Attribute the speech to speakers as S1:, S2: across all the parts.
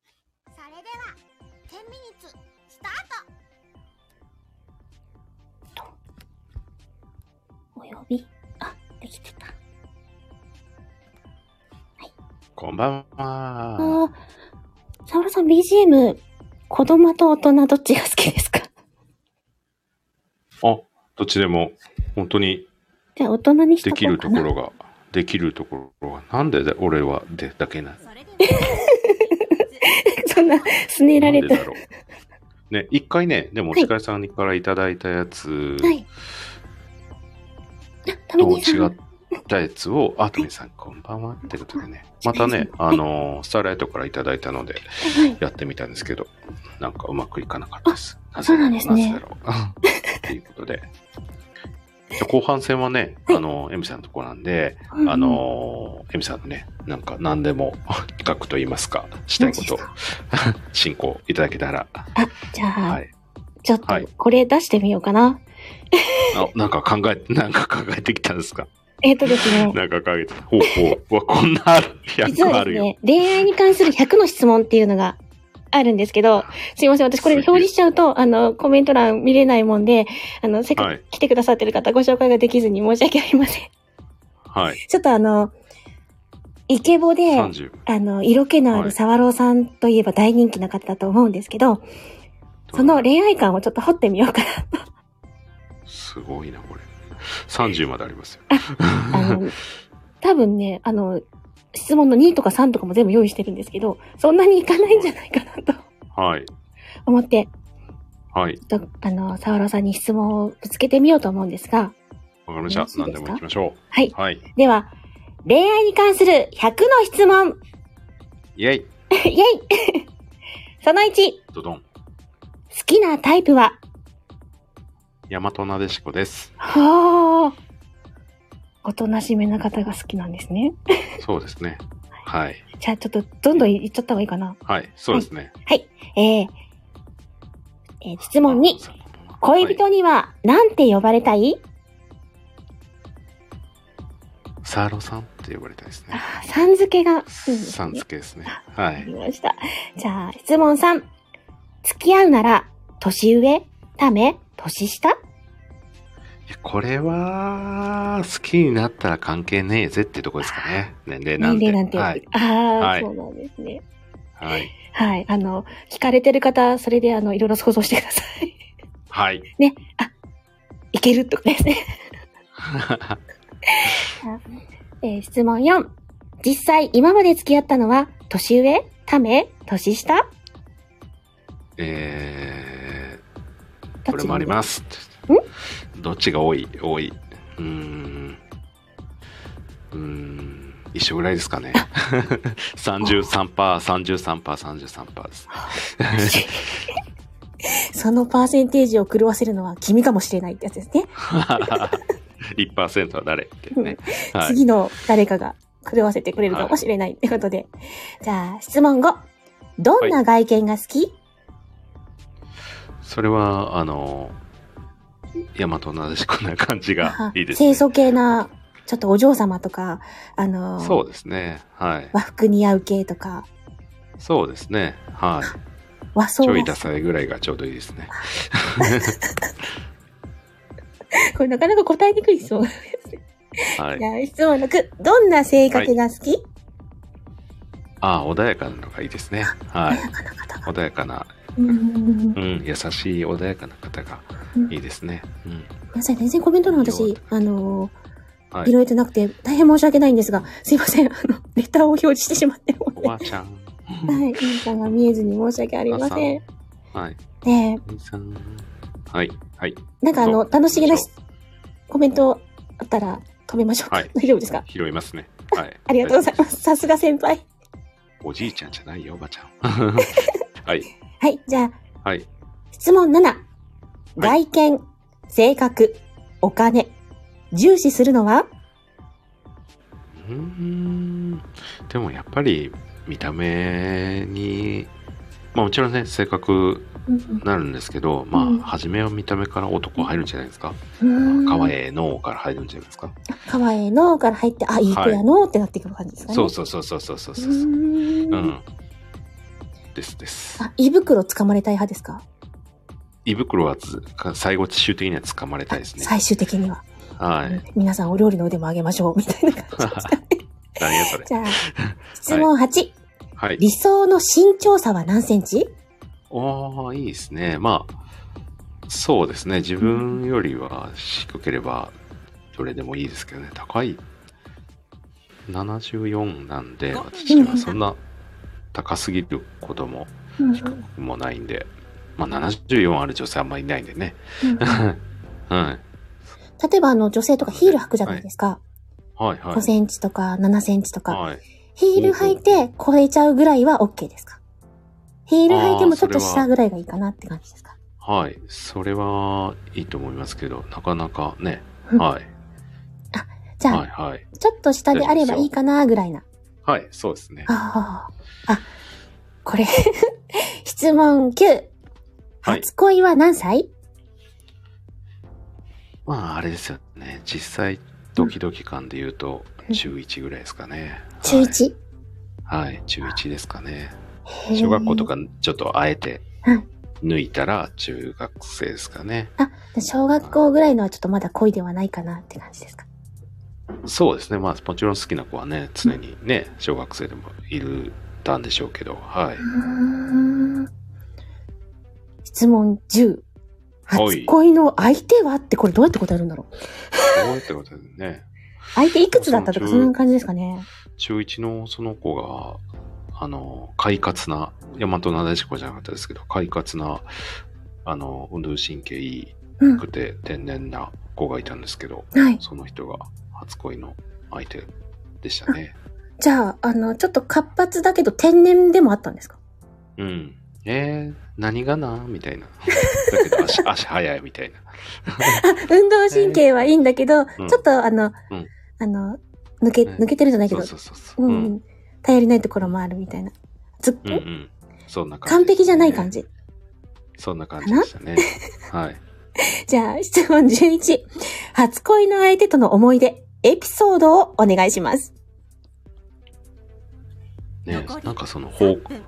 S1: れでは10ミニッツスタート
S2: お呼びあ、できてた。
S3: こんばんは。
S2: ああ、サオルさん BGM、子供と大人どっちが好きですか
S3: あ、どっちでも、本当に
S2: じゃあ大人にし
S3: で
S2: と
S3: き
S2: こう
S3: ると
S2: か
S3: こ
S2: な。
S3: ろが、できるところが、なんでだ俺はでだけな。
S1: それでは
S2: そんな、すねら
S3: な
S2: れ
S3: んで
S2: た。
S3: だろう。ね、一回ね、でも、お
S2: はい
S3: 疲れさんからいただいたやつ
S2: はい。あ、タミ
S3: と
S2: ニー
S3: 違
S2: さ
S3: っ
S2: ん。
S3: たやつを、あ、トミさん、こんばんはってことでね、
S2: お疲
S3: ま
S2: れ様
S3: たね、あのー、スターライトからいただいたので、
S2: はい。
S3: やってみたんですけど、なんかうまくいかなかったです。
S2: あそうなんですね
S3: ぜだろう。 ということで。で後半戦はね、あの、エミさんのとこなんで、あ、の、エミさんのね、なんか何でも 企画と言いますか、したい ことを進行いただけたら、
S2: あ、じゃあ、
S3: はい。
S2: ちょっと
S3: はい
S2: これ出してみようかな。
S3: あなんか考え、なんか考えてきたんですか
S2: えっ、とです ね。
S3: なんか考えて、ほうほう、うわ、こんなある、
S2: 実
S3: 100あ
S2: はで
S3: る
S2: す
S3: よ。
S2: ね、恋愛に関する100の質問っていうのがあるんですけ ど、すいません、私これで表示しちゃうと、あの、コメント欄見れないもんで、あの、せっかく、
S3: はい
S2: 来てくださってる方ご紹介ができずに申し訳ありま せん。
S3: はい。
S2: ちょっとあの、イケボで、あ
S3: 30。
S2: の、色気のあ
S3: は
S2: る
S3: い
S2: 沢朗さんといえば大人気な方だと思うんですけど、その恋愛観をちょっと掘ってみようか
S3: すごいな、これ。30までありますよ。
S2: な。あの、多分ね、あの、質問の2とか3とかも全部用意してるんですけど、そんなにいかないんじゃないかなと
S3: はい。
S2: 思って、
S3: はい。
S2: ちょっとあの、沢朗さんに質問をぶつけてみようと思うんですが、
S3: わかりました。
S2: よろしい
S3: 何
S2: で
S3: です
S2: か
S3: も行きましょ。。
S2: はいう
S3: はい。
S2: では、恋愛に関する100の質問
S3: イェイ
S2: イェイ その1、
S3: ドドン。
S2: 好きなタイプは
S3: 大和なでしこです。
S2: はあ。おとなしめな方が好きなんですね。
S3: そうですね。はい。
S2: じゃあちょっとどんどん言っちゃった方がいいかな。
S3: はい。そうですね。
S2: はい。えー、えー質問2。
S3: はい
S2: 恋人にはなんて呼ばれたい、
S3: サーロさんって呼ばれたいですね。
S2: あーさん付けがいいです
S3: さん
S2: ね。
S3: 付けですね。は
S2: わか
S3: い。
S2: りました。じゃあ質問3。付き合うなら、年上、ため、年下
S3: いやこれは、好きになったら関係ねえぜってとこですかね。年齢なん
S2: 年
S3: て。
S2: 齢なんて。
S3: はい。
S2: ああ、
S3: はい
S2: そうなんですね。
S3: はい。
S2: はい。あの、聞かれてる方、それであの、いろいろ想像してください。
S3: はい。
S2: いけるってことですね。えー質問4。実際、今まで付き合ったのは、年上ため年下
S3: えー、
S2: ど
S3: こ
S2: っ
S3: れ
S2: ち
S3: もあります。どっちが多い多い。うーん。うーん。一緒ぐらいですか ね。33%、33%、33%です。
S2: そのパーセンテージを狂わせるのは君かもしれないってやつですね。
S3: 1%は誰ってね。はい。
S2: 次の誰かが狂わせてくれるかもしれないってことで。じゃあ、質問5。どんな外見が好き、
S3: それは、あの、大和なでしこな感じがいいです
S2: 清
S3: ね。
S2: 楚系な、ちょっとお嬢様とか、あのー
S3: そうですね。はい。
S2: 和服似合う系とか、
S3: そうですね。はい。
S2: 和装
S3: ち
S2: が
S3: ょい
S2: 好き
S3: ダサいぐらいがちょうどいいですね。
S2: これなかなか答えにくい質問。
S3: はい
S2: じ。ゃあ、質問6。どんな性格が好き、
S3: ああ、穏やかなのがいいですね。はい。穏やかな、
S2: うんうんうん
S3: うん、優しい穏やかな方が
S2: うん
S3: いいですね。うん。
S2: ごめんなさい、全然コメント欄
S3: いい
S2: 私
S3: よ、
S2: あのー
S3: はい
S2: 拾えてなくて、大変申し訳ないんですが、すいません、あの、レターを表示してしまって、
S3: おばあちゃん。
S2: はい、インさんが見えずに申し訳あり
S3: お
S2: ま
S3: ばさ
S2: せん。で、
S3: はい。おじさん。はい。はい。
S2: なんかあの、
S3: どう
S2: 楽しげなしコメントあったら止めましょうか。
S3: はい
S2: 大丈夫ですか
S3: 拾いますね。はい。
S2: ありがとうございます。さすが先輩。
S3: おじいちゃんじゃないよ、おばちゃん。 はい。
S2: はい、じゃあ、
S3: はい。
S2: 質問7。外見、性格、お金、重視するのは
S3: うーん。でもやっぱり見た目に、まあもちろんね、性格になるんですけど、ま
S2: うん
S3: あ、初めは見た目から男入るんじゃないですか。
S2: か
S3: 可愛いのから入るんじゃないですか。
S2: かわいいのから入って、あ、いい子やのってなっていく感じですかね。
S3: そうそうそうそうそうそうそうう。
S2: ー。
S3: うんん。ですです。
S2: あ、胃袋掴まれたい派ですか
S3: 胃袋はつ最後、最終的には掴まれたいですね。
S2: 最終的には。
S3: はい。
S2: 皆さんお料理の腕も上げましょう、みたいな感じでしたね。
S3: 何やそれ。
S2: じ ゃあ、質問8。
S3: はい。
S2: 理想の身長差は何センチ
S3: おー、いいですね。まあ、そうですね。自分よりは低ければ、どれでもいいですけどね。高い。74なんで、私はそんな高すぎる子供
S2: うん
S3: もないんで、まあ74ある女性あんまりいないんで ね。はい。
S2: 例えば、あの、女性とかヒール履くじゃないですか。
S3: はいは
S2: 5センチとか7センチと
S3: い。
S2: か。
S3: はい。
S2: ヒール履いて超えちゃうぐらいは OK ですかヒール履いてもちょっと下ぐらいがいいかなって感じですか
S3: はい。それはいいと思いますけど、なかなかね。
S2: うん
S3: はい。
S2: じゃあ、
S3: はいはい。
S2: ちょっと下であればいいかなぐらいな。
S3: はい、そうですね。
S2: ああ。あ、これ、 質問9。
S3: はい
S2: 初恋は何歳、
S3: まあ、あれですよね。実際、ドキドキ感で言うと、
S2: うん
S3: 中1ぐらいですかね。
S2: 中 1?
S3: はい、はい、中1ですかね。
S2: へー
S3: 小学校と。か、ちょっとあえて
S2: はい、
S3: 抜いたら、中学生ですかね。
S2: 小学校ぐらいのはちょっとまだ恋ではないかなって感じですか
S3: そうですね。まあ、もちろん好きな子はね、常にね、小学生でもいる、たんでしょうけど、はい。
S2: 質問10。
S3: はい
S2: 初恋の相手はってこれどうやって答えるんだろう
S3: そうってことでね。
S2: 相手いくつだったとか
S3: そ
S2: そ
S3: うん
S2: な感じですかね。
S3: 中1のその子が、あの、快活な、大和なでしこじゃなかったですけど、快活な、あの、運動神経いい
S2: うん。
S3: くて天然な子がいたんですけど、
S2: はい。
S3: その人が初恋の相手でしたね。
S2: じゃあ、あの、ちょっと活発だけど天然でもあったんですか
S3: うん。えー、何がなみ たいな。だけど足、足早いみたいな。
S2: 運動神経はいいんだけど、
S3: うん
S2: ちょっとあの、
S3: うん
S2: あの、抜け、
S3: うん
S2: 抜けてるじゃないけ
S3: そ
S2: ど、
S3: うそうそうそう。
S2: う
S3: うん。
S2: うんん。頼りないところもあるみたいな。ずっ、
S3: うんうん。そんな感
S2: 完
S3: じ、
S2: 璧じゃない感。じ。
S3: そんな感じでしたね。はい。
S2: じゃあ、質問11。初恋の相手との思い出、エピソードをお願いします。
S3: ね
S1: 残り
S3: なんかその
S1: 3
S3: 放
S1: 分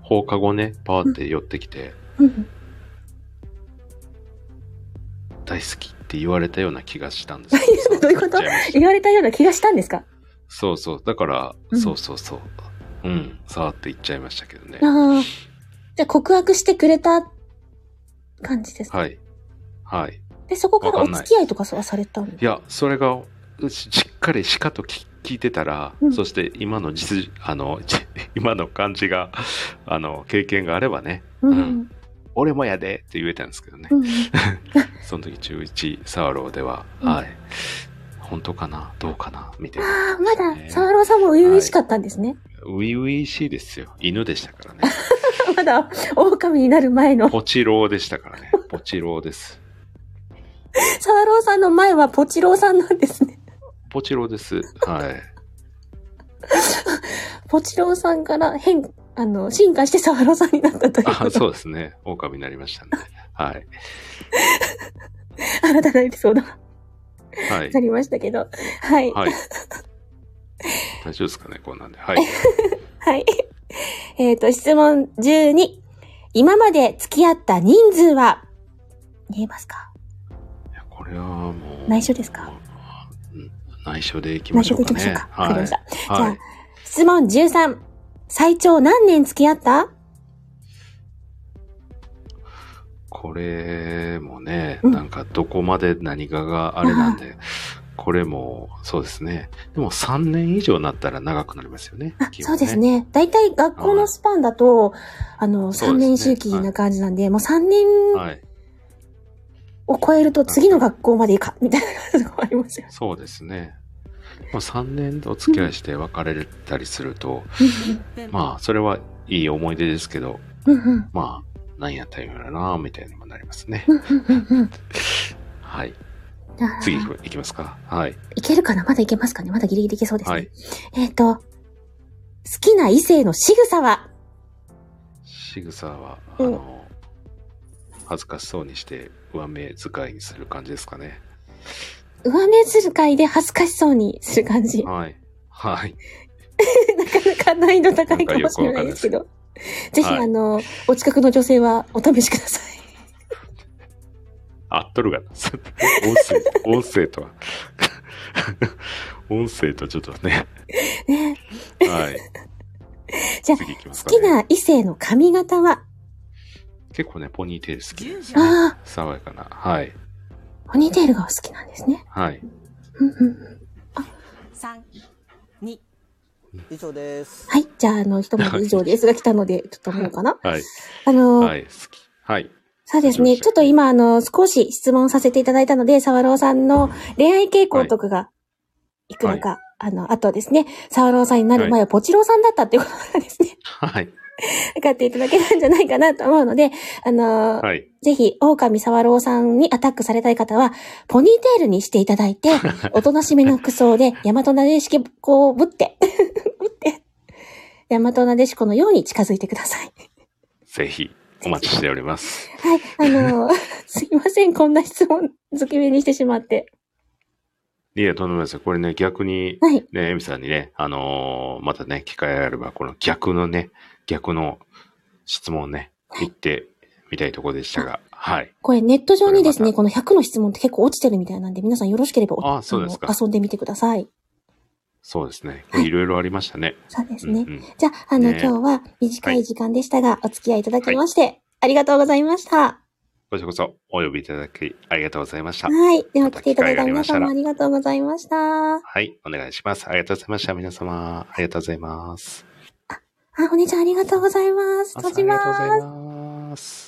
S3: 放課後ね、パーって寄ってきて、
S2: うん。
S3: 大好きって言われたような気がした んですけど。
S2: どういうこと
S3: 言っちゃいました
S2: 言われたような気がしたんですか
S3: そうそう。だから、
S2: うん
S3: そうそうそう。うん。さーって言っちゃいましたけどね。
S2: ああ。じゃあ、告白してくれた感じですか、
S3: はい。はい。
S2: で、そこから
S3: わ
S2: お
S3: かんない
S2: 付き合いとかそうされたん
S3: いや、それが、ししっかりしかと聞聞いてたら、
S2: うん
S3: そして今の実じ、あの、 じ今の感じが、あの、経験があればね、
S2: うん
S3: う。ん俺もやでって言えたんですけどね
S2: う。ん。
S3: その時中1サワローでは、
S2: うん
S3: はい。本当かなどうかなみたいな。
S2: ああ、まだ、
S3: ね
S2: 沢朗さんも初々しかったんですね。
S3: 初々しいですよ。犬でしたからね。
S2: まだ、狼になる前の。
S3: ポチローでしたからね。ポチローです。
S2: 沢朗さんの前はポチローさんなんですね。
S3: ポチローです。はい。
S2: ポチローさんから変、あの、進化して沢朗さんになったという
S3: あそうですね。狼になりましたね。はい。
S2: 新たなエピソードが
S3: はい
S2: あ。りましたけど。はい。
S3: はい。大丈夫ですかね、こんなんで。はい。
S2: はい。 えっ、と、質問12。今まで付き合った人数は見えますか
S3: いやこれはもう。
S2: 内緒ですか
S3: うん内緒でいきま
S2: 内
S3: し
S2: 緒
S3: ょ
S2: で
S3: う
S2: いき
S3: か
S2: ましょう
S3: ね。
S2: か。わ、かりました。
S3: はい。は
S2: じゃ。
S3: い
S2: あ、質問13。最長何年付き合った
S3: これもね、
S2: うん
S3: なんかどこまで何かがあれなんで、これもそうですね。でも3年以上になったら長くなりますよね。
S2: あ、
S3: 基
S2: そ
S3: 本
S2: うです。ね。大体学校のスパンだと、あの、
S3: そ
S2: 3
S3: うですね
S2: 年周期な感じなんで、もう3年
S3: はい。
S2: を超えると次の学校まで行か、みたいなとこありますよ。
S3: そうですね。もう3年お付き合いして別れたりすると、 まあ、それはいい思い出ですけど、
S2: うんうん
S3: まあ、何やったんやろな、みたいにもなりますね。
S2: うんうんうんうん
S3: はい。
S2: あー
S3: 次行く行きますか。はい。
S2: いけるかなまだいけますかねまだギリギリいけそうですね。
S3: はい。
S2: えっ、と、好きな異性の仕草は
S3: 仕草は、あ
S2: うん
S3: の、恥ずかしそうにして上目遣いにする感じですかね。
S2: 上目遣いで恥ずかしそうにする感じ。な
S3: はい。はい。
S2: かなか難易度高いかもしれないですけど。ぜひ、
S3: はい
S2: あの、お近くの女性はお試しください。
S3: あっとるがな。音声、 音声とは。 音声とちょっとね。
S2: ね、
S3: はい。
S2: じゃあ
S3: 次行きます
S2: 好
S3: か、ね。
S2: きな異性の髪型は、
S3: 結構ね、ポニーテール好きです。
S2: ああ、
S3: 爽やかな。はい。
S2: ポニーテールがお好きなんですね。
S3: はい。
S2: うんうんうん
S4: 三二以上です。
S2: はい。じゃあ、あの、一言以上ですが来たので、ちょっともうかな。
S3: はい。
S2: あの、
S3: はい。好き。はい。
S2: そうですね。
S3: どうしましょう
S2: ちょっと今、あの、少し質問させていただいたので、沢朗さんの恋愛傾向とかがいくのか、あの、あとですね、沢朗さんになる前はポチローさんだったっていうことがですね、
S3: はい。
S2: 分かっていただけたんじゃないかなと思うので、あの、
S3: はい。
S2: ぜひ、狼沢朗さんにアタックされたい方は、ポニーテールにしていただいて、おとなしめの服装で、大和なでしこをぶって、 ぶって、大和なでしこのように近づいてください。
S3: ぜひ、お待ちしております。
S2: はい、あのー すいません、こんな質問、好きめにしてしまって。
S3: いや、とんでもないですよ。これね、逆に、
S2: はい、
S3: ね、エミさんにね、あのーまたね、機会があれば、この逆のね、逆の質問ね、言ってみたいとこでしたが、はい。
S2: これネット上にですね、
S3: こ
S2: この100の質問って結構落ちてるみたいなんで、皆さんよろしければお
S3: あそうですか
S2: あの遊んでみてください。
S3: そうですね。これいろいろありましたね。
S2: そうです
S3: うんう
S2: ね。
S3: ん
S2: じゃあ、あの、
S3: ね
S2: 今日は短い時間でしたが、お付き合いいただきまして、ありがとうございました。
S3: こちらこそ、お呼びいただき、ありがとうございました。
S2: はい。では、
S3: また
S2: 来ていただいた皆
S3: 機会
S2: 様
S3: があ
S2: ありがとうございました。あ、
S3: はい、お願いします。ありがとうございました。皆様、ありがとうございます。
S2: お姉ちゃんありがとうございます。
S3: あ
S2: 閉じます。
S3: ありがとうございます。